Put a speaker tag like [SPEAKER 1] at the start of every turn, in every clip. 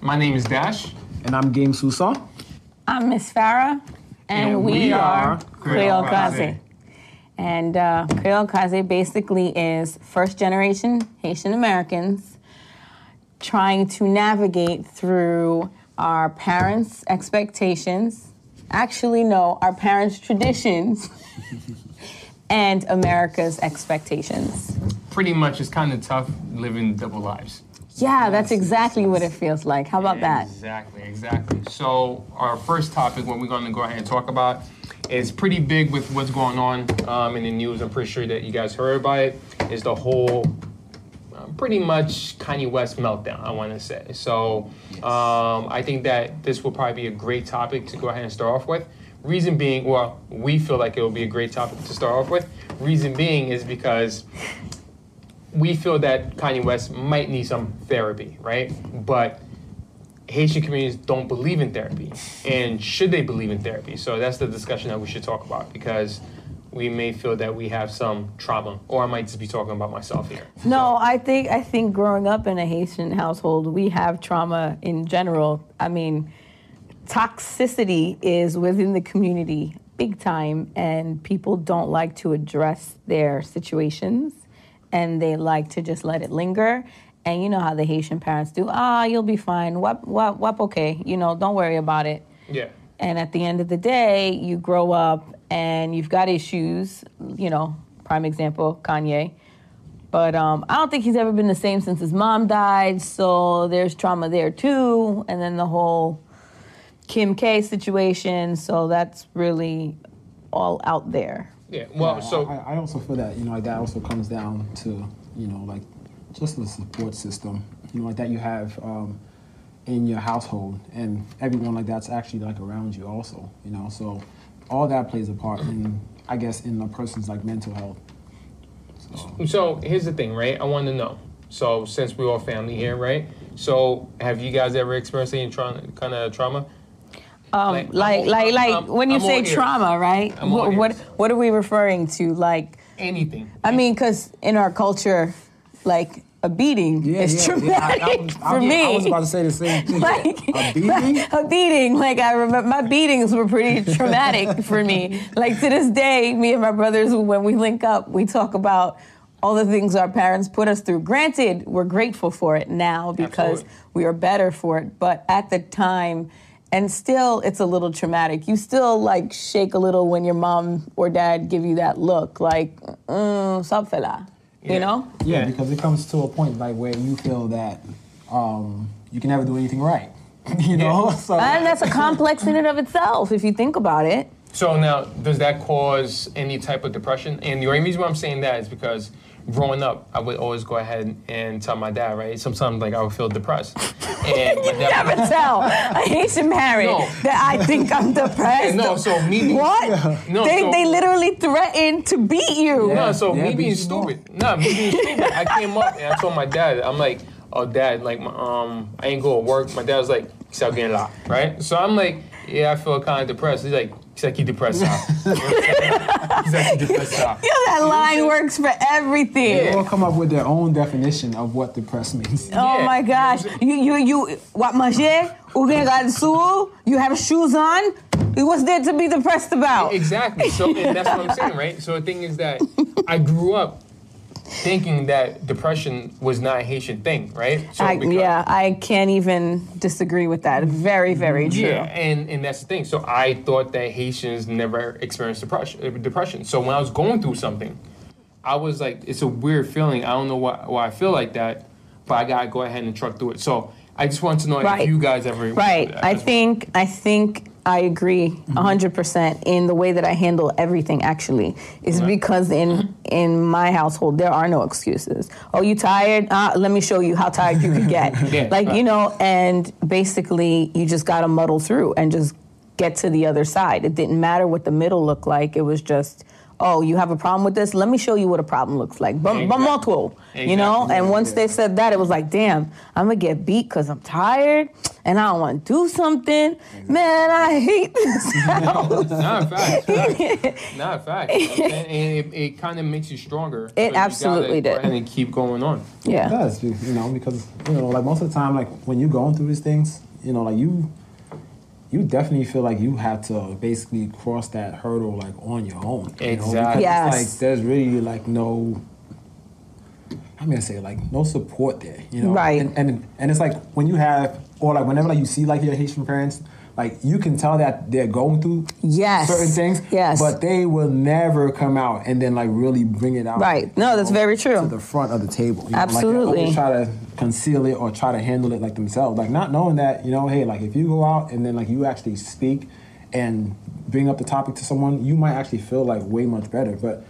[SPEAKER 1] My name is Dash.
[SPEAKER 2] And I'm Game Sousa.
[SPEAKER 3] I'm Miss Farah, and, we, are Creole Kaze. And uh, Creole Kaze basically is first generation Haitian Americans trying to navigate through our parents' expectations, actually, no, our parents' traditions, and America's expectations.
[SPEAKER 1] Pretty much, it's kind of tough living double lives.
[SPEAKER 3] Yeah, that's exactly what it feels like. How about that?
[SPEAKER 1] Exactly, exactly. So our first topic, what we're going to go ahead and talk about, is pretty big with what's going on um, in the news. I'm pretty sure that you guys heard about it. Is the whole um, pretty much Kanye West meltdown? I want to say. So um, I think that this will probably be a great topic to go ahead and start off with. Reason being, well, we feel like it will be a great topic to start off with. Reason being is because we feel that Kanye West might need some therapy, right? But Haitian communities don't believe in therapy, and should they believe in therapy? So that's the discussion that we should talk about because we may feel that we have some trauma, or I might just be talking about myself here.
[SPEAKER 3] No, I think I think growing up in a Haitian household, we have trauma in general. I mean, toxicity is within the community big time and people don't like to address their situations and they like to just let it linger. And you know how the Haitian parents do, ah, you'll be fine. Wap wap wap okay. You know, don't worry about it.
[SPEAKER 1] Yeah.
[SPEAKER 3] And at the end of the day, you grow up and you've got issues, you know, prime example, Kanye. But um, I don't think he's ever been the same since his mom died, so there's trauma there too. And then the whole Kim K situation, so that's really all out there.
[SPEAKER 1] Yeah. Well, Uh, so
[SPEAKER 2] I, I also feel that you know like that also comes down to you know like just the support system you know like that you have um, in your household and everyone like that's actually like around you also you know so all that plays a part in I guess in a person's like mental health. So
[SPEAKER 1] So here's the thing, right? I want to know. So since we're all family here, right? So have you guys ever experienced any tra- kind of trauma?
[SPEAKER 3] Um,
[SPEAKER 1] Like,
[SPEAKER 3] like,
[SPEAKER 1] I'm
[SPEAKER 3] like,
[SPEAKER 1] all-
[SPEAKER 3] like,
[SPEAKER 1] I'm-
[SPEAKER 3] when you
[SPEAKER 1] I'm all
[SPEAKER 3] say
[SPEAKER 1] ears.
[SPEAKER 3] trauma, right?
[SPEAKER 1] I'm all
[SPEAKER 3] what, what,
[SPEAKER 1] ears.
[SPEAKER 3] what are we referring to? Like,
[SPEAKER 1] Anything?
[SPEAKER 3] I mean, because in our culture, like a beating is traumatic
[SPEAKER 2] I, I was,
[SPEAKER 3] for
[SPEAKER 2] I, was-
[SPEAKER 3] me.
[SPEAKER 2] I was about to say the same thing.
[SPEAKER 3] like
[SPEAKER 2] a beating?
[SPEAKER 3] a beating. Like I remember, my beatings were pretty traumatic for me. Like to this day, me and my brothers, when we link up, we talk about all the things our parents put us through. Granted, we're grateful for it now because
[SPEAKER 1] Absolutely.
[SPEAKER 3] we are better for it. But at the time. And still, it's a little traumatic. You still like shake a little when your mom or dad give you that look, like, mm, stop, fella. You
[SPEAKER 1] Yeah.
[SPEAKER 3] know?
[SPEAKER 2] Yeah,
[SPEAKER 1] Yeah.
[SPEAKER 2] because it comes to a point like where you feel that um, you can never do anything right. You know, so
[SPEAKER 3] And that's a complex in and of itself, if you think about it.
[SPEAKER 1] So now, does that cause any type of depression? And the only reason why I'm saying that is because growing up, I would always go ahead and tell my dad, right? Sometimes, like, I would feel depressed. And my dad,
[SPEAKER 3] never tell a Haitian parent
[SPEAKER 1] No.
[SPEAKER 3] that I think I'm depressed.
[SPEAKER 1] No, so me-
[SPEAKER 3] What?
[SPEAKER 1] No,
[SPEAKER 3] they,
[SPEAKER 1] so-
[SPEAKER 3] they literally threatened to beat you.
[SPEAKER 1] No, so
[SPEAKER 2] Yeah,
[SPEAKER 1] me
[SPEAKER 2] be
[SPEAKER 1] being
[SPEAKER 2] smart.
[SPEAKER 1] stupid. No, me being stupid. I came up and I told my dad, I'm like, oh dad, like my um I ain't going to work. My dad was like, stop getting locked, right? So I'm like, yeah, I feel kinda depressed. He's like, he's like, you depressed out. he's like, you depressed out.
[SPEAKER 3] You know that line works for everything.
[SPEAKER 2] they all come up with their own definition of what depressed means.
[SPEAKER 3] Oh
[SPEAKER 1] Yeah.
[SPEAKER 3] my gosh. You you you what manger? Ugen got sue? You have shoes on? What's there to be depressed about?
[SPEAKER 1] Exactly. So and that's what I'm saying, right? So the thing is that I grew up thinking that depression was not a Haitian thing, right? So
[SPEAKER 3] I,
[SPEAKER 1] because-
[SPEAKER 3] yeah, I can't even disagree with that. Very, very true.
[SPEAKER 1] Yeah, and and that's the thing. So I thought that Haitians never experienced depression. uh, Depression. So when I was going through something, I was like, it's a weird feeling. I don't know why, why I feel like that, but I gotta go ahead and truck through it. So I just want to know
[SPEAKER 3] Right.
[SPEAKER 1] if you guys ever
[SPEAKER 3] Right. I think I think I agree
[SPEAKER 1] Mm-hmm.
[SPEAKER 3] 100% in the way that I handle everything actually. Is because in
[SPEAKER 1] Mm-hmm.
[SPEAKER 3] in my household there are no excuses. Oh, you tired? Uh, let me show you how tired you could get.
[SPEAKER 1] Yeah,
[SPEAKER 3] like, you
[SPEAKER 1] right.
[SPEAKER 3] know, and basically you just got to muddle through and just get to the other side. It didn't matter what the middle looked like. It was just oh, you have a problem with this? Let me show you what a problem looks like. But
[SPEAKER 1] Exactly.
[SPEAKER 3] you know?
[SPEAKER 1] Exactly.
[SPEAKER 3] And once
[SPEAKER 1] Yeah.
[SPEAKER 3] they said that, it was like, damn, I'm gonna get beat because I'm tired and I don't want to do something. Man, I hate this house.
[SPEAKER 1] Not facts. facts. Not facts. And, and it, it kind of makes you stronger. so you gotta
[SPEAKER 3] absolutely
[SPEAKER 1] go
[SPEAKER 3] did.
[SPEAKER 1] ahead And keep going on.
[SPEAKER 3] yeah.
[SPEAKER 2] It does, you you know, because you know, like most of the time, like when you're going through these things, you know, like you, you definitely feel like you have to basically cross that hurdle like on your own. You know?
[SPEAKER 1] Exactly.
[SPEAKER 2] because it's
[SPEAKER 3] Yes.
[SPEAKER 2] Like there's really like no. I'm gonna say like no support there, you know.
[SPEAKER 3] Right.
[SPEAKER 2] And and, and it's like when you have or like whenever like you see like your Haitian parents. Like you can tell that they're going through
[SPEAKER 3] Yes.
[SPEAKER 2] certain things,
[SPEAKER 3] Yes.
[SPEAKER 2] but they will never come out and then like really bring it out.
[SPEAKER 3] Right. No,
[SPEAKER 2] you
[SPEAKER 3] that's
[SPEAKER 2] know,
[SPEAKER 3] very true.
[SPEAKER 2] To the front of the table. you know, like they
[SPEAKER 3] Absolutely.
[SPEAKER 2] always try to conceal it or try to handle it like themselves. Like not knowing that, you know, hey, like if you go out and then like you actually speak and bring up the topic to someone, you might actually feel like way much better. But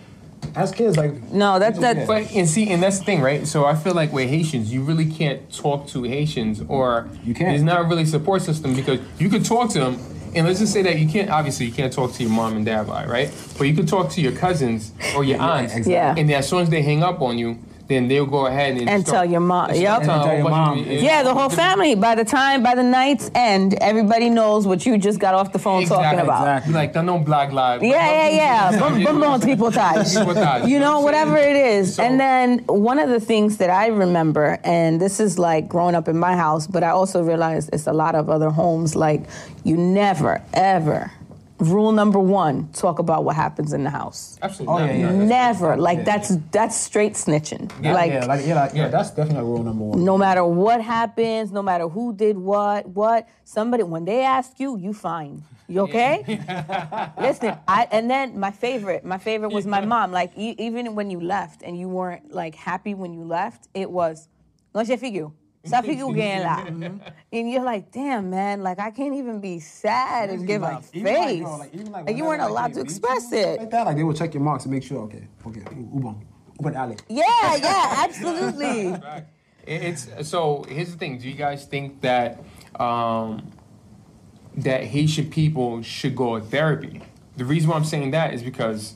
[SPEAKER 2] as kids, like
[SPEAKER 3] No, that-
[SPEAKER 2] we
[SPEAKER 3] that-
[SPEAKER 2] just-
[SPEAKER 1] But and see, and that's the thing, right? So I feel like with Haitians, you really can't talk to Haitians, or
[SPEAKER 2] You can't.
[SPEAKER 1] There's not really a support system because you could talk to them, and let's just say that you can't. Obviously, you can't talk to your mom and dad, about it, right? But you could talk to your cousins or your aunts,
[SPEAKER 2] exactly.
[SPEAKER 3] Yeah.
[SPEAKER 1] And then as soon as they hang up on you, then they'll go ahead and
[SPEAKER 3] And
[SPEAKER 1] start-
[SPEAKER 3] tell your mom.
[SPEAKER 1] start
[SPEAKER 3] Yup. And
[SPEAKER 1] telling
[SPEAKER 2] tell your
[SPEAKER 1] what
[SPEAKER 2] mom.
[SPEAKER 1] you-
[SPEAKER 3] Yeah, the whole family. By the time, by the night's end, everybody knows what you just got off the phone talking
[SPEAKER 1] Exactly.
[SPEAKER 3] about.
[SPEAKER 1] Be like, "Don't know black lives."
[SPEAKER 3] Yeah, yeah, yeah. Bon, bon, bon tripotage.
[SPEAKER 1] Tripotage.
[SPEAKER 3] You know, whatever it is.
[SPEAKER 1] So-
[SPEAKER 3] and then one of the things that I remember, and this is like growing up in my house, but I also realized it's a lot of other homes. Like, you never, ever, rule number one, talk about what happens in the house.
[SPEAKER 1] Absolutely.
[SPEAKER 2] Oh,
[SPEAKER 1] not,
[SPEAKER 2] yeah, yeah.
[SPEAKER 1] not.
[SPEAKER 3] Never. Like,
[SPEAKER 2] Yeah.
[SPEAKER 3] that's that's straight snitching.
[SPEAKER 1] Yeah,
[SPEAKER 3] like,
[SPEAKER 2] yeah, like yeah, like, yeah,
[SPEAKER 1] Yeah.
[SPEAKER 2] that's definitely like rule number one.
[SPEAKER 3] no matter what happens, no matter who did what, what somebody when they ask you, you fine. You okay? Listen, I and then my favorite, my favorite was my mom. Like e- even when you left and you weren't like happy when you left, it was "Non, j'ai figu. Ça figu gain là."
[SPEAKER 2] Mm-hmm.
[SPEAKER 3] And you're like, damn man, like I can't even be sad and give a face.
[SPEAKER 2] Even like, yo, like, even, like,
[SPEAKER 3] you
[SPEAKER 2] whenever,
[SPEAKER 3] weren't
[SPEAKER 2] like,
[SPEAKER 3] allowed
[SPEAKER 2] they
[SPEAKER 3] to
[SPEAKER 2] reach
[SPEAKER 3] express
[SPEAKER 2] you,
[SPEAKER 3] it.
[SPEAKER 2] Like that, like they will check your marks and make sure, okay, okay, Ubon, Ubon Alec.
[SPEAKER 3] Yeah, yeah, absolutely.
[SPEAKER 1] It- It's so. Here's the thing. Do you guys think that um, that Haitian people should go to therapy? The reason why I'm saying that is because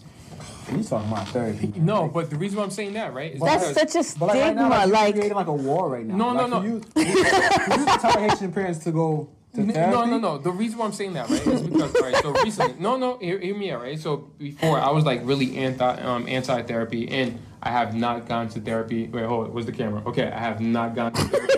[SPEAKER 2] You talking about therapy? man.
[SPEAKER 1] no, but the reason why I'm saying that right is
[SPEAKER 3] That's
[SPEAKER 1] because,
[SPEAKER 3] such a
[SPEAKER 2] But like, right now,
[SPEAKER 3] stigma.
[SPEAKER 2] like, you're
[SPEAKER 3] Like,
[SPEAKER 2] creating like a war right now.
[SPEAKER 1] No, no,
[SPEAKER 2] like,
[SPEAKER 1] no.
[SPEAKER 2] You, you, you tell Haitian parents to go to
[SPEAKER 1] N-
[SPEAKER 2] therapy.
[SPEAKER 1] No, no, no. The reason why I'm saying that, right, is because all right. So recently, no, no. Hear, hear me out, right. So before, I was like really anti um, anti therapy, and I have not gone to therapy. Wait, hold. it. Where's the camera? Okay, I have not gone to therapy.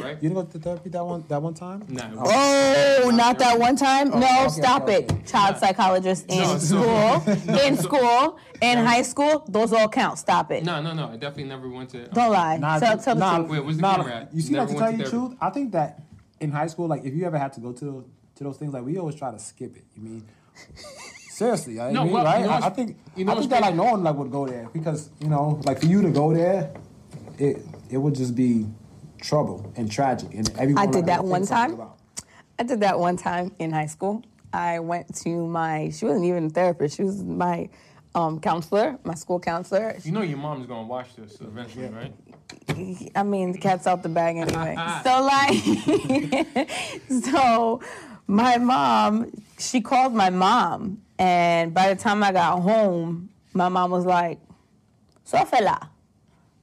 [SPEAKER 1] right.
[SPEAKER 2] You didn't go to therapy that one that one time.
[SPEAKER 1] Nah.
[SPEAKER 3] Oh, not that one time? No,
[SPEAKER 2] okay,
[SPEAKER 3] stop
[SPEAKER 2] okay,
[SPEAKER 3] it. Child psychologist in
[SPEAKER 1] No, so-
[SPEAKER 3] school, in school, in high school, those all count. Stop it.
[SPEAKER 1] No, no, no. I definitely never went to. um,
[SPEAKER 3] Don't lie. tell tell the truth.
[SPEAKER 1] Wait, where's the camera at?
[SPEAKER 2] You see,
[SPEAKER 1] Never
[SPEAKER 2] like to
[SPEAKER 1] went
[SPEAKER 2] tell you
[SPEAKER 1] to
[SPEAKER 2] the
[SPEAKER 1] therapy.
[SPEAKER 2] truth, I think that in high school, like if you ever had to go to to those things, like we always try to skip it. You mean? Seriously, I
[SPEAKER 1] No,
[SPEAKER 2] mean,
[SPEAKER 1] well,
[SPEAKER 2] right?
[SPEAKER 1] you know
[SPEAKER 2] I, I
[SPEAKER 1] what's-
[SPEAKER 2] think
[SPEAKER 1] you know
[SPEAKER 2] I think
[SPEAKER 1] what's
[SPEAKER 2] that like
[SPEAKER 1] crazy?
[SPEAKER 2] no one like would go there because you know, like for you to go there, it it would just be trouble and tragic, and everyone.
[SPEAKER 3] I
[SPEAKER 2] like,
[SPEAKER 3] did that
[SPEAKER 2] would
[SPEAKER 3] one
[SPEAKER 2] think something
[SPEAKER 3] time.
[SPEAKER 2] about.
[SPEAKER 3] I did that one time in high school. I went to my, she wasn't even a therapist, she was my um, counselor, my school counselor.
[SPEAKER 1] You know your mom's gonna watch this eventually, right?
[SPEAKER 3] I mean, the cat's out the bag anyway. so like, so my mom, she called my mom, and by the time I got home, my mom was like, "So fella,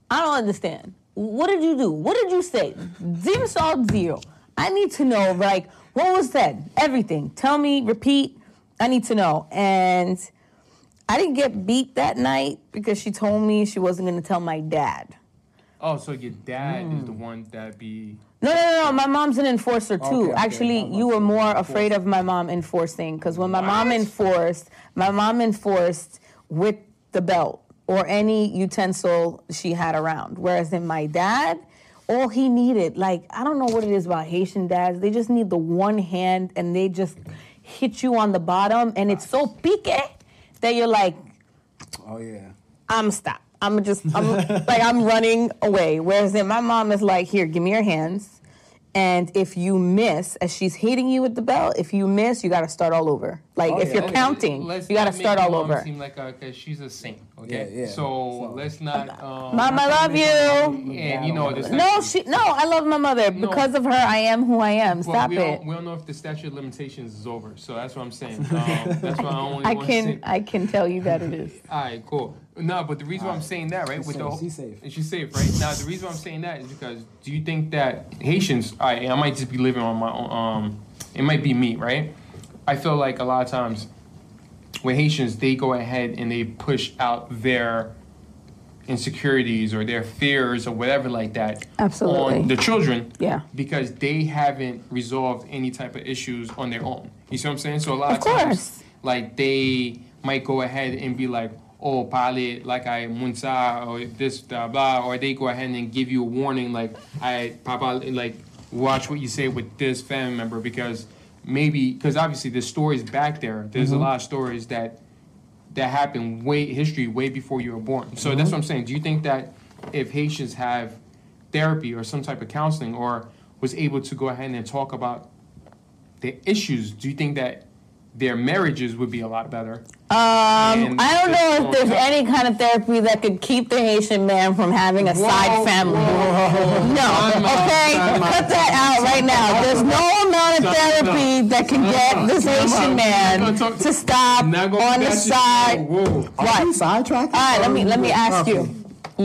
[SPEAKER 3] I don't understand. What did you do? What did you say? Dim salt zero. I need to know. Like, what was said? Everything. Tell me. Repeat. I need to know." And I didn't get beat that night because she told me she wasn't going to tell my dad.
[SPEAKER 1] Oh, so your dad is the
[SPEAKER 2] Mm.
[SPEAKER 1] one that be.
[SPEAKER 3] No, no, no, no. My mom's an enforcer too.
[SPEAKER 2] Okay, okay,
[SPEAKER 3] Actually,
[SPEAKER 2] my
[SPEAKER 3] you
[SPEAKER 2] mom's
[SPEAKER 3] were
[SPEAKER 2] an
[SPEAKER 3] more
[SPEAKER 2] enforcer.
[SPEAKER 3] afraid of my mom enforcing because when my mom
[SPEAKER 1] What?
[SPEAKER 3] enforced, my mom enforced with the belt or any utensil she had around. Whereas in my dad, all he needed, like, I don't know what it is about Haitian dads, they just need the one hand and they just hit you on the bottom and it's so pique that you're like,
[SPEAKER 2] Oh yeah.
[SPEAKER 3] I'm stop. I'm just I'm like I'm running away. Whereas then my mom is like, here, give me your hands. And if you miss, as she's hitting you with the bell, if you miss, you got to start all over. Like
[SPEAKER 2] Oh,
[SPEAKER 3] if
[SPEAKER 2] yeah.
[SPEAKER 3] you're
[SPEAKER 2] Let's-
[SPEAKER 3] counting,
[SPEAKER 1] Let's
[SPEAKER 3] you got to
[SPEAKER 1] not make
[SPEAKER 3] start all
[SPEAKER 1] mom
[SPEAKER 3] over.
[SPEAKER 1] Seem like a, cause she's a saint. Okay.
[SPEAKER 2] Yeah, yeah.
[SPEAKER 1] So, let's not. Um,
[SPEAKER 3] Mom, I love you.
[SPEAKER 1] And you know this.
[SPEAKER 3] No, she. No, I love my mother because of her. I am who I am.
[SPEAKER 1] Well,
[SPEAKER 3] Stop
[SPEAKER 1] we
[SPEAKER 3] it.
[SPEAKER 1] Don't, we don't know if the statute of limitations is over, so that's what I'm saying. Um, that's why I only
[SPEAKER 3] I
[SPEAKER 1] want
[SPEAKER 3] can.
[SPEAKER 1] to say.
[SPEAKER 3] I can tell you that it is.
[SPEAKER 1] All right, cool. No, but the reason why I'm saying that, right, with
[SPEAKER 2] safe,
[SPEAKER 1] the whole-
[SPEAKER 2] she's safe.
[SPEAKER 1] and she's safe, right? Now, the reason why I'm saying that is because do you think that Haitians? All right, and I might just be living on my own. Um, it might be me, right? I feel like a lot of times with Haitians, they go ahead and they push out their insecurities or their fears or whatever like that
[SPEAKER 3] Absolutely.
[SPEAKER 1] on the children
[SPEAKER 3] Yeah.
[SPEAKER 1] because they haven't resolved any type of issues on their own. You see what I'm saying? So a lot of,
[SPEAKER 3] Of
[SPEAKER 1] times,
[SPEAKER 3] course.
[SPEAKER 1] like they might go ahead and be like, "Oh, pilot, like I munsa or this blah blah," or they go ahead and give you a warning, like, "I papa, like watch what you say with this family member because maybe because obviously there's stories back there. There's
[SPEAKER 3] Mm-hmm.
[SPEAKER 1] a lot of stories that that happened way history way before you were born. So
[SPEAKER 3] Mm-hmm.
[SPEAKER 1] that's what I'm saying. Do you think that if Haitians have therapy or some type of counseling or was able to go ahead and talk about the issues, do you think that their marriages would be a lot better?
[SPEAKER 3] Um,
[SPEAKER 1] And
[SPEAKER 3] I don't
[SPEAKER 1] it's
[SPEAKER 3] know if there's
[SPEAKER 1] going up.
[SPEAKER 3] any kind of therapy that could keep the Haitian man from having a side family.
[SPEAKER 1] Time
[SPEAKER 3] No,
[SPEAKER 1] out,
[SPEAKER 3] okay,
[SPEAKER 1] time out.
[SPEAKER 3] cut that out right now. There's no amount of therapy that can get this
[SPEAKER 1] Gonna
[SPEAKER 3] Haitian man
[SPEAKER 1] talk-
[SPEAKER 3] to stop
[SPEAKER 1] Not gonna
[SPEAKER 3] on the
[SPEAKER 1] catch you.
[SPEAKER 3] side.
[SPEAKER 1] Whoa.
[SPEAKER 2] Are we
[SPEAKER 3] What? All
[SPEAKER 2] sidetracking?
[SPEAKER 3] right, let
[SPEAKER 2] Or
[SPEAKER 3] me
[SPEAKER 2] are
[SPEAKER 3] let
[SPEAKER 2] we
[SPEAKER 3] me
[SPEAKER 2] good?
[SPEAKER 3] ask
[SPEAKER 2] Okay.
[SPEAKER 3] you.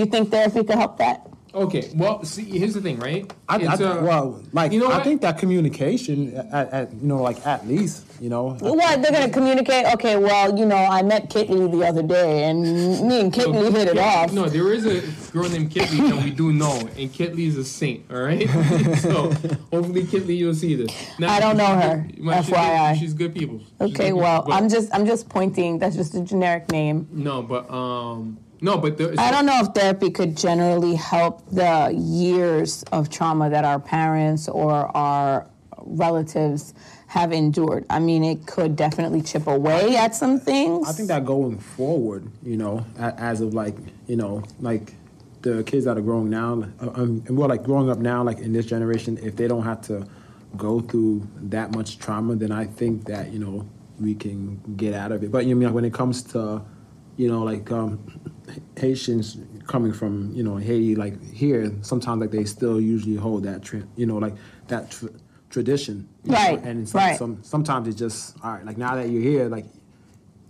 [SPEAKER 3] You think therapy could help that?
[SPEAKER 1] Okay. Well, see, here's the thing, right?
[SPEAKER 2] I, I,
[SPEAKER 1] It's, uh,
[SPEAKER 2] well, like
[SPEAKER 1] you know
[SPEAKER 2] I
[SPEAKER 1] what?
[SPEAKER 2] think that communication, at, at you know, like at least, you know,
[SPEAKER 3] What they're gonna communicate? Okay, well, you know, I met Kitley the other day, and me and Kitley hit it off.
[SPEAKER 1] No, there is a girl named Kitley that we do know, and Kitley is a saint. All right. so hopefully, Kitley, you'll see this. Now,
[SPEAKER 3] I don't know her,
[SPEAKER 1] Well, she's good-
[SPEAKER 3] FYI.
[SPEAKER 1] she's good people. She's good
[SPEAKER 3] Okay,
[SPEAKER 1] people,
[SPEAKER 3] well,
[SPEAKER 1] but-
[SPEAKER 3] I'm just I'm just pointing. That's just a generic name.
[SPEAKER 1] No, but um, no, but there,
[SPEAKER 3] I don't know if therapy could generally help the years of trauma that our parents or our relatives have endured. I mean, it could definitely chip away at some things.
[SPEAKER 2] I think that going forward, you know, a- as of like, you know, like the kids that are growing now, uh, um, and well, like growing up now, like in this generation, if they don't have to go through that much trauma, then I think that you know we can get out of it. But you know, like when it comes to, you know, like um, Haitians coming from you know Haiti, like here, sometimes like they still usually hold that, tra- you know, like that. Tr- tradition you know,
[SPEAKER 3] Right,
[SPEAKER 2] and it's
[SPEAKER 3] right.
[SPEAKER 2] like some sometimes it's just all right like now that you're here like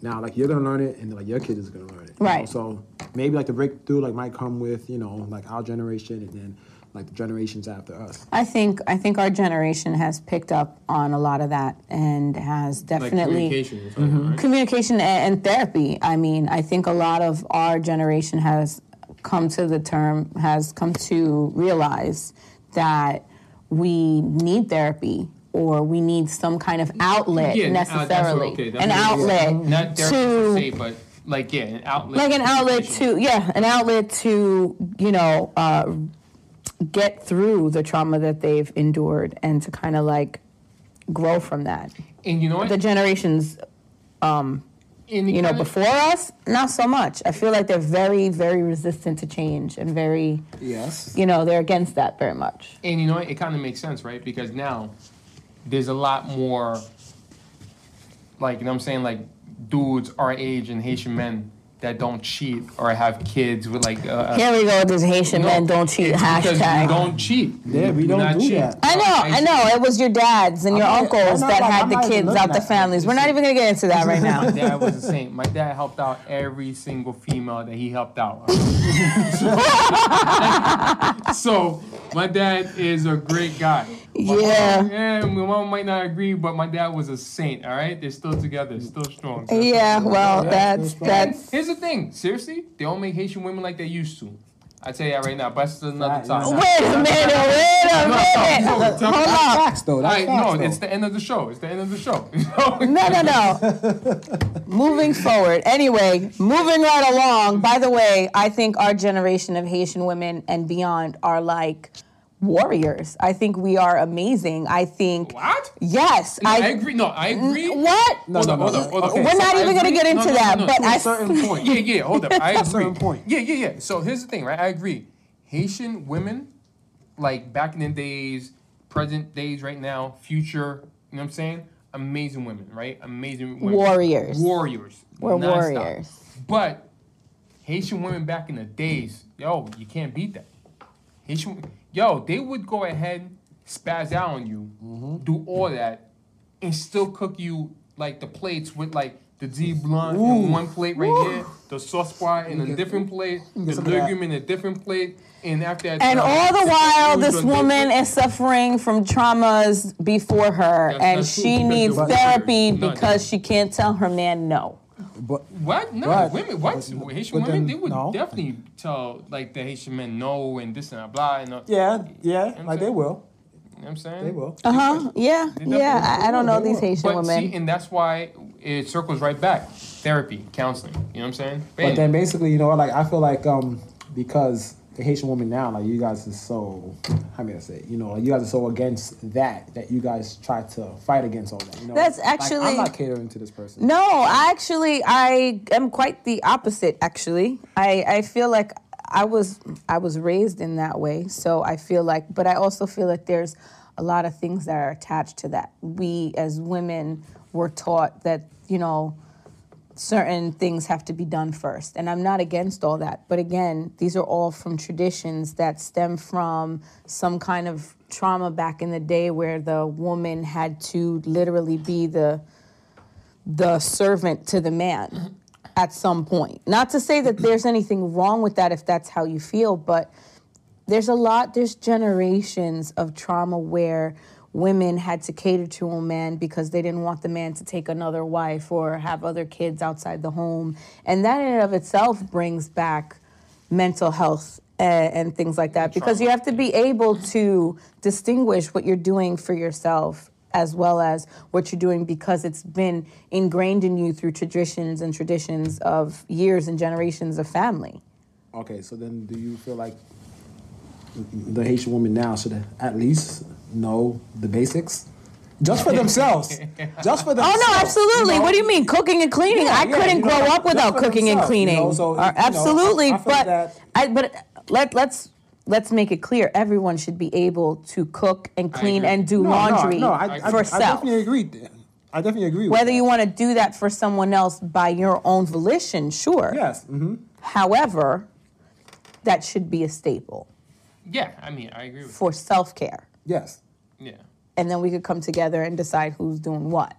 [SPEAKER 2] now like you're gonna learn it and like your kid is gonna learn it you know?
[SPEAKER 3] Right.
[SPEAKER 2] so maybe like the breakthrough like might come with you know like our generation and then like the generations after us
[SPEAKER 3] I think I think our generation has picked up on a lot of that and has
[SPEAKER 1] like
[SPEAKER 3] definitely Mm-hmm.
[SPEAKER 1] communication. you're talking about, right?
[SPEAKER 3] communication a- and therapy. I mean, I think a lot of our generation has come to the term, has come to realize that we need therapy or we need some kind of outlet
[SPEAKER 1] Yeah, uh, that's what-
[SPEAKER 3] necessarily.
[SPEAKER 1] okay, that's
[SPEAKER 3] an
[SPEAKER 1] what- yeah.
[SPEAKER 3] outlet
[SPEAKER 1] Not therapy per se,
[SPEAKER 3] to.
[SPEAKER 1] but like yeah, an outlet.
[SPEAKER 3] Like an outlet
[SPEAKER 1] communication.
[SPEAKER 3] to, yeah, an outlet to, you know, uh, get through the trauma that they've endured and to kind of like grow from that.
[SPEAKER 1] And you know what?
[SPEAKER 3] The generations
[SPEAKER 1] And it
[SPEAKER 3] you know,
[SPEAKER 1] kinda-
[SPEAKER 3] before us, not so much. I feel like they're very, very resistant to change and very,
[SPEAKER 2] yes
[SPEAKER 3] you know, they're against that very much.
[SPEAKER 1] And you know what? It kind of makes sense, right? Because now there's a lot more, like, you know what I'm saying? Like, dudes our age and Haitian men that don't cheat or have kids with, like, uh, uh,
[SPEAKER 3] Here we go with this Haitian men don't cheat
[SPEAKER 1] because you
[SPEAKER 3] hashtag.
[SPEAKER 1] don't cheat.
[SPEAKER 2] Yeah,
[SPEAKER 1] You
[SPEAKER 2] we don't
[SPEAKER 1] not
[SPEAKER 2] do
[SPEAKER 1] cheat.
[SPEAKER 2] that.
[SPEAKER 3] I know, I know. It was your dads and your
[SPEAKER 2] I'm not-
[SPEAKER 3] uncles
[SPEAKER 2] I'm not
[SPEAKER 3] that
[SPEAKER 2] like-
[SPEAKER 3] had
[SPEAKER 2] I'm
[SPEAKER 3] the
[SPEAKER 2] not even
[SPEAKER 3] kids
[SPEAKER 2] looking
[SPEAKER 3] out the
[SPEAKER 2] at that.
[SPEAKER 3] families. We're not even going to get into that right
[SPEAKER 1] My
[SPEAKER 3] now.
[SPEAKER 1] dad was a saint. My dad helped out every single female that he helped out. so my dad is a great guy. My mom-
[SPEAKER 3] Yeah.
[SPEAKER 1] yeah, my mom might not agree, but my dad was a saint. All right, they're still together, still strong.
[SPEAKER 3] Yeah, well, that's
[SPEAKER 1] And
[SPEAKER 3] that's.
[SPEAKER 1] here's the thing. Seriously, they don't make Haitian women like they used to. I tell you that right now. But that's another
[SPEAKER 2] That-
[SPEAKER 1] time.
[SPEAKER 3] Wait a minute! Wait a
[SPEAKER 1] no,
[SPEAKER 3] minute!
[SPEAKER 1] no,
[SPEAKER 3] Hold
[SPEAKER 2] that's
[SPEAKER 3] on.
[SPEAKER 2] facts though
[SPEAKER 1] All
[SPEAKER 2] that's
[SPEAKER 1] right,
[SPEAKER 2] facts
[SPEAKER 1] no,
[SPEAKER 2] though.
[SPEAKER 1] it's the end of the show. It's the end of the show.
[SPEAKER 3] No, no, no. moving forward. Anyway, moving right along. By the way, I think our generation of Haitian women and beyond are like warriors. I think we are amazing. I think.
[SPEAKER 1] what?
[SPEAKER 3] Yes.
[SPEAKER 1] I,
[SPEAKER 3] I,
[SPEAKER 1] agree. No, I agree.
[SPEAKER 3] What?
[SPEAKER 2] No, no, no,
[SPEAKER 1] Hold
[SPEAKER 2] no.
[SPEAKER 1] up, hold up, hold up.
[SPEAKER 2] Okay,
[SPEAKER 3] We're not even gonna get into that, but
[SPEAKER 1] to
[SPEAKER 3] I
[SPEAKER 1] a
[SPEAKER 3] s-
[SPEAKER 1] certain point. Yeah, yeah. Hold up. I agree.
[SPEAKER 2] certain point.
[SPEAKER 1] Yeah, yeah, yeah. So here's the thing, right? I agree. Haitian women, like back in the days, present days right now, future, you know what I'm saying? Amazing women, right? Amazing women.
[SPEAKER 3] Warriors.
[SPEAKER 1] Warriors.
[SPEAKER 3] We're
[SPEAKER 1] nonstop.
[SPEAKER 3] warriors.
[SPEAKER 1] But Haitian women back in the days, yo, you can't beat that. Haitian, yo, they would go ahead, spaz out on you,
[SPEAKER 2] Mm-hmm.
[SPEAKER 1] do all that, and still cook you like the plates with like the D blunt in one plate right here, the sauce pot in a
[SPEAKER 2] get-
[SPEAKER 1] different plate,
[SPEAKER 2] get
[SPEAKER 1] the
[SPEAKER 2] some of that.
[SPEAKER 1] legume in a different plate, and after that.
[SPEAKER 3] And
[SPEAKER 1] time,
[SPEAKER 3] all the
[SPEAKER 1] it's
[SPEAKER 3] while,
[SPEAKER 1] always
[SPEAKER 3] this
[SPEAKER 1] gonna be-
[SPEAKER 3] woman is suffering from traumas before her,
[SPEAKER 1] That's not
[SPEAKER 3] and
[SPEAKER 1] true,
[SPEAKER 3] she
[SPEAKER 1] because
[SPEAKER 3] needs
[SPEAKER 1] the
[SPEAKER 3] therapy
[SPEAKER 1] warriors- no,
[SPEAKER 3] because she can't tell her man no.
[SPEAKER 2] But
[SPEAKER 1] What? No,
[SPEAKER 2] But-
[SPEAKER 1] women. What?
[SPEAKER 2] but-
[SPEAKER 1] Haitian
[SPEAKER 2] but
[SPEAKER 1] women?
[SPEAKER 2] then-
[SPEAKER 1] They would
[SPEAKER 2] no.
[SPEAKER 1] definitely tell like the Haitian men no and this and that, blah. And, uh,
[SPEAKER 2] yeah, yeah,
[SPEAKER 1] I'm
[SPEAKER 2] like they
[SPEAKER 1] saying-
[SPEAKER 2] will,
[SPEAKER 1] You know what I'm saying?
[SPEAKER 2] they will.
[SPEAKER 3] Uh huh. Yeah.
[SPEAKER 1] They definitely-
[SPEAKER 3] Yeah. I, I don't know
[SPEAKER 2] they
[SPEAKER 3] these
[SPEAKER 2] will.
[SPEAKER 3] Haitian
[SPEAKER 1] But
[SPEAKER 3] women.
[SPEAKER 1] see, and that's why it circles right back. Therapy, counseling. You know what I'm saying?
[SPEAKER 2] But then basically, you know, like I feel like um because the Haitian woman now, like you guys are so how may I say, it? you know, like you guys are so against that that you guys try to fight against all that. You know,
[SPEAKER 3] That's
[SPEAKER 2] Like,
[SPEAKER 3] actually-
[SPEAKER 2] I'm not catering to this person.
[SPEAKER 3] No, I actually, I am quite the opposite. Actually, I, I feel like I was I was raised in that way, so I feel like, but I also feel like there's a lot of things that are attached to that. We as women were taught that you know certain things have to be done first. And I'm not against all that. But again, these are all from traditions that stem from some kind of trauma back in the day where the woman had to literally be the the servant to the man at some point. Not to say that there's anything wrong with that if that's how you feel, but there's a lot there's generations of trauma where women had to cater to a man because they didn't want the man to take another wife or have other kids outside the home and that in and of itself brings back mental health and, and things like that because you have to be able to distinguish what you're doing for yourself as well as what you're doing because it's been ingrained in you through traditions and traditions of years and generations of family
[SPEAKER 2] Okay, so then do you feel like the Haitian woman now should at least know the basics? Just for themselves. Just for
[SPEAKER 3] Oh
[SPEAKER 2] themselves.
[SPEAKER 3] no, absolutely. what do you mean, cooking and cleaning?
[SPEAKER 2] Yeah,
[SPEAKER 3] I
[SPEAKER 2] yeah,
[SPEAKER 3] couldn't
[SPEAKER 2] you know,
[SPEAKER 3] grow
[SPEAKER 2] like,
[SPEAKER 3] up without
[SPEAKER 2] just for
[SPEAKER 3] cooking and
[SPEAKER 2] themselves, you know, so,
[SPEAKER 3] cleaning. Uh,
[SPEAKER 2] you know,
[SPEAKER 3] absolutely,
[SPEAKER 2] I- I feel
[SPEAKER 3] but
[SPEAKER 2] that-
[SPEAKER 3] I but let let's let's make it clear. Everyone should be able to cook and clean
[SPEAKER 1] agree.
[SPEAKER 3] and do
[SPEAKER 2] No,
[SPEAKER 3] laundry
[SPEAKER 2] No, no, I, I,
[SPEAKER 3] for
[SPEAKER 2] I
[SPEAKER 3] self.
[SPEAKER 2] definitely agree. I definitely agree. with
[SPEAKER 3] Whether
[SPEAKER 2] that.
[SPEAKER 3] you want to do that for someone else by your own volition, sure.
[SPEAKER 2] Yes. hmm
[SPEAKER 3] However, that should be a staple
[SPEAKER 1] yeah, I mean, I agree with
[SPEAKER 3] for self care,
[SPEAKER 2] Yes.
[SPEAKER 1] you. Yeah.
[SPEAKER 3] and then we could come together and decide who's doing what.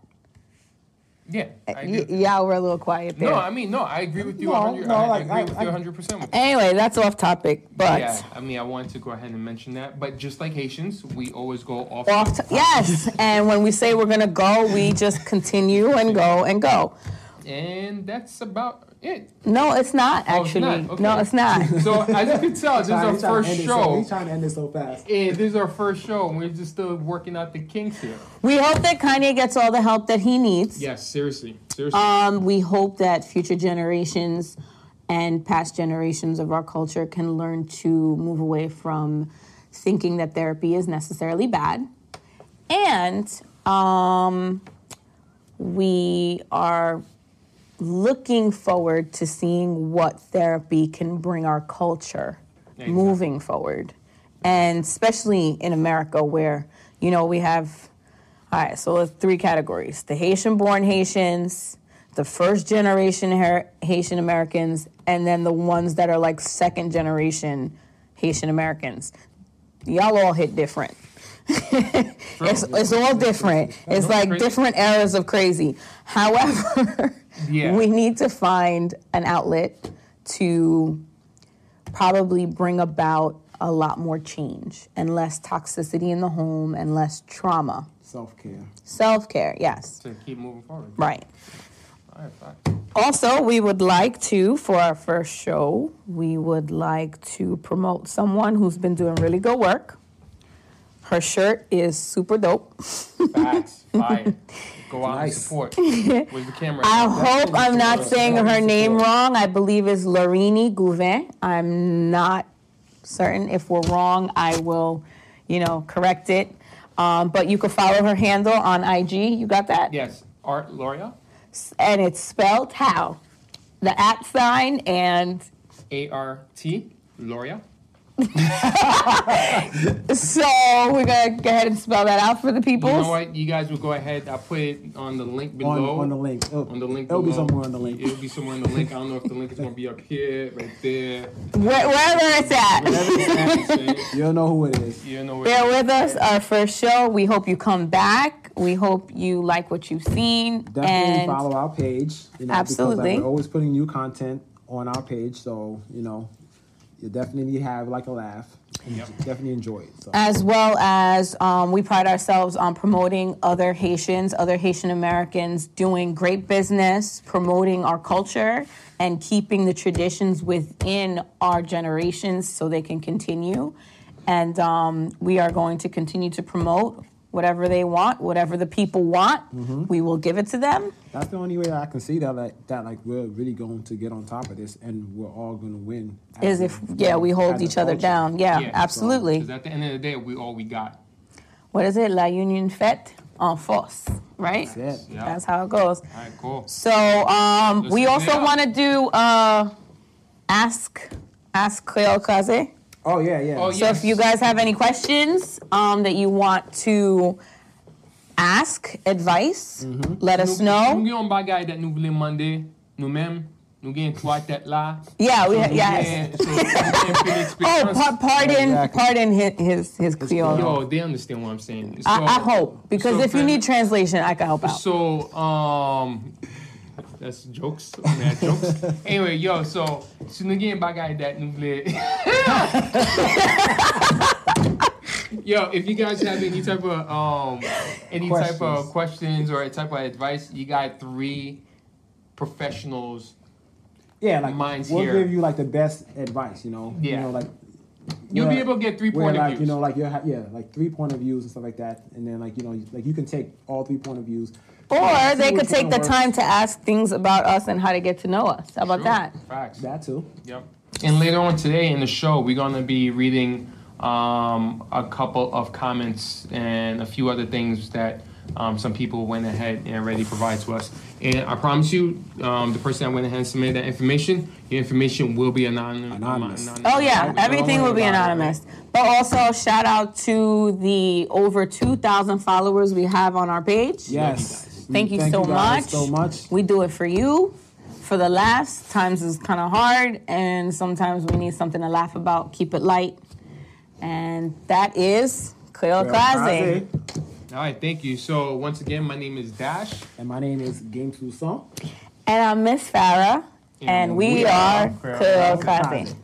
[SPEAKER 1] Yeah. I
[SPEAKER 2] Eh,
[SPEAKER 1] agree.
[SPEAKER 3] Y-
[SPEAKER 1] with you.
[SPEAKER 3] yeah, we're a little quiet there.
[SPEAKER 1] No, I mean, no, I agree with you
[SPEAKER 2] No,
[SPEAKER 1] 100
[SPEAKER 2] no,
[SPEAKER 1] I, I
[SPEAKER 2] like,
[SPEAKER 1] agree
[SPEAKER 2] I-
[SPEAKER 1] with
[SPEAKER 2] I-
[SPEAKER 1] you 100%. With
[SPEAKER 3] anyway, that's off topic, but.
[SPEAKER 1] yeah, I mean, I wanted to go ahead and mention that. But just like Haitians, we always go off.
[SPEAKER 3] off to- yes and when we say we're gonna go we just continue and go and go
[SPEAKER 1] and that's about it.
[SPEAKER 3] no it's not
[SPEAKER 1] Oh, it's
[SPEAKER 3] actually
[SPEAKER 1] not? Okay.
[SPEAKER 3] no it's not
[SPEAKER 1] So, as you can tell, this is our
[SPEAKER 2] He's trying to
[SPEAKER 1] first
[SPEAKER 2] end it so-
[SPEAKER 1] show.
[SPEAKER 2] he's trying to end it so fast.
[SPEAKER 1] And this is our first show, and we're just still working out the kinks here.
[SPEAKER 3] we hope that kanye gets all the help that he needs
[SPEAKER 1] Yes, seriously. Seriously.
[SPEAKER 2] Uh,
[SPEAKER 3] um, we hope that future generations and past generations of our culture can learn to move away from thinking that therapy is necessarily bad and um, we are looking forward to seeing what therapy can bring our culture
[SPEAKER 1] Exactly.
[SPEAKER 3] moving forward and especially in america where you know we have all right so let's three categories the haitian born haitians the first generation Har- haitian americans and then the ones that are like second generation haitian americans y'all all hit different it's, it's all different. It's like
[SPEAKER 1] crazy.
[SPEAKER 3] different eras of crazy. However,
[SPEAKER 1] Yeah.
[SPEAKER 3] we need to find an outlet to probably bring about a lot more change and less toxicity in the home and less trauma.
[SPEAKER 2] Self care.
[SPEAKER 3] Self care, yes.
[SPEAKER 1] to keep moving forward.
[SPEAKER 3] Right.
[SPEAKER 1] All right, bye.
[SPEAKER 3] Also, we would like to, for our first show, we would like to promote someone who's been doing really good work. Her shirt is super dope.
[SPEAKER 1] Facts. Fire. Go out
[SPEAKER 2] Nice.
[SPEAKER 1] and support. Where's the camera?
[SPEAKER 3] I hope I'm not
[SPEAKER 2] That's
[SPEAKER 3] saying
[SPEAKER 2] what
[SPEAKER 3] her
[SPEAKER 2] it's
[SPEAKER 3] name
[SPEAKER 2] for.
[SPEAKER 3] wrong. I believe it's Lorini Gouvin. I'm not certain. If we're wrong, I will, you know, correct it. Um, but you can follow her handle on IG. You got that?
[SPEAKER 1] yes. Art Loria.
[SPEAKER 3] And it's spelled how? The at sign and
[SPEAKER 1] A R T Loria.
[SPEAKER 3] So we're gonna go ahead and spell that out for the people.
[SPEAKER 1] You know what? You guys will go ahead. I'll put it on the link
[SPEAKER 2] on,
[SPEAKER 1] below.
[SPEAKER 2] on the link. It'll,
[SPEAKER 1] On the link
[SPEAKER 2] It'll be
[SPEAKER 1] below.
[SPEAKER 2] somewhere on the link.
[SPEAKER 1] It'll be somewhere on the link. I don't know if the link is going to be up here, right there.
[SPEAKER 3] Where, wherever it's at.
[SPEAKER 2] You'll know who it is.
[SPEAKER 1] you know
[SPEAKER 3] Bear
[SPEAKER 1] where.
[SPEAKER 3] with us, our first show. We hope you come back. We hope you like what you've seen.
[SPEAKER 2] Definitely
[SPEAKER 3] and
[SPEAKER 2] follow our page. You know, Because,
[SPEAKER 3] Absolutely.
[SPEAKER 2] like, we're always putting new content on our page, so you know, you definitely have like a laugh. and you Definitely enjoy it. So.
[SPEAKER 3] as well as um, we pride ourselves on promoting other Haitians, other Haitian Americans doing great business, promoting our culture, and keeping the traditions within our generations so they can continue. And um, we are going to continue to promote whatever they want, whatever the people want,
[SPEAKER 2] Mm-hmm.
[SPEAKER 3] we will give it to them.
[SPEAKER 2] That's the only way I can see that like that like we're really going to get on top of this and we're all gonna win. as
[SPEAKER 3] Is if,
[SPEAKER 2] a-
[SPEAKER 3] yeah, we hold
[SPEAKER 2] as a
[SPEAKER 3] each other
[SPEAKER 2] culture.
[SPEAKER 3] down. Yeah,
[SPEAKER 1] Yeah, so-
[SPEAKER 3] absolutely.
[SPEAKER 1] Because at the end of the day, we all we got.
[SPEAKER 3] What is it? La Union Fête en force, right?
[SPEAKER 2] That's it.
[SPEAKER 1] Yeah.
[SPEAKER 3] That's how it goes.
[SPEAKER 1] All right, cool.
[SPEAKER 3] So um, we
[SPEAKER 1] Listen
[SPEAKER 3] also
[SPEAKER 1] now.
[SPEAKER 3] want to do uh, ask ask Cleo Kaze.
[SPEAKER 2] Oh yeah, yeah.
[SPEAKER 1] Oh,
[SPEAKER 3] So if
[SPEAKER 1] Yes.
[SPEAKER 3] you guys have any questions um, that you want to ask advice,
[SPEAKER 1] Mm-hmm.
[SPEAKER 3] let us
[SPEAKER 1] Nou
[SPEAKER 3] know.
[SPEAKER 1] gen yon bagay dat nou vle mande, nou men, nou gen twa tet la.
[SPEAKER 3] Yeah,
[SPEAKER 2] Oh,
[SPEAKER 3] we yes.
[SPEAKER 1] Mm-hmm. Yeah, so you can feel
[SPEAKER 3] Oh,
[SPEAKER 1] experience.
[SPEAKER 3] pa- pardon,
[SPEAKER 2] Exactly.
[SPEAKER 3] pardon his his, his Creole.
[SPEAKER 1] Yo, they understand what I'm saying.
[SPEAKER 3] Oh. I,
[SPEAKER 1] So-
[SPEAKER 3] I hope because
[SPEAKER 1] so
[SPEAKER 3] if you
[SPEAKER 1] fam-
[SPEAKER 3] need translation, I can help out.
[SPEAKER 1] So, um, that's jokes. I mean, that's jokes. anyway, yo, so, so nou gen bagay dat nou vle. Yo, if you guys have any type of um, any type of questions or a type of advice, you got three professionals.
[SPEAKER 2] yeah, like
[SPEAKER 1] mine's
[SPEAKER 2] we'll
[SPEAKER 1] here.
[SPEAKER 2] give you like the best advice, you know. You
[SPEAKER 1] Yeah.
[SPEAKER 2] know, like
[SPEAKER 1] You'll be
[SPEAKER 2] where-
[SPEAKER 1] able to get three
[SPEAKER 2] where,
[SPEAKER 1] point of
[SPEAKER 2] like,
[SPEAKER 1] views.
[SPEAKER 2] You know, like you ha- yeah, like three point of views and stuff like that. And then like you know, like you can take all three point of views.
[SPEAKER 3] Or
[SPEAKER 2] See
[SPEAKER 3] they
[SPEAKER 2] which
[SPEAKER 3] could take
[SPEAKER 2] one
[SPEAKER 3] the
[SPEAKER 2] works.
[SPEAKER 3] time to ask things about us and how to get to know us. How about
[SPEAKER 1] Sure.
[SPEAKER 3] that?
[SPEAKER 1] Facts.
[SPEAKER 2] That too.
[SPEAKER 1] Yep. And later on today in the show, we're gonna be reading um, a couple of comments and a few other things that um, some people went ahead and already provided to us. And I promise you, um, the person that went ahead and submitted that information, your information will be anonymous.
[SPEAKER 2] Anonymous.
[SPEAKER 3] Oh yeah, everything will be
[SPEAKER 2] about it.
[SPEAKER 3] anonymous. But also shout out to the over 2,000 followers we have on our page.
[SPEAKER 2] Yes.
[SPEAKER 3] Thank you so
[SPEAKER 2] guys
[SPEAKER 3] much.
[SPEAKER 2] So much.
[SPEAKER 3] We do it for you. For the laughs, times is kind of hard, and sometimes we need something to laugh about. Keep it light, and that is Cleo Kaze.
[SPEAKER 1] All right, thank you. So once again, my name is Dash.
[SPEAKER 2] And my name is Game Two Song.
[SPEAKER 3] and I'm Miss Farah, and, we, are Cleo Kaze.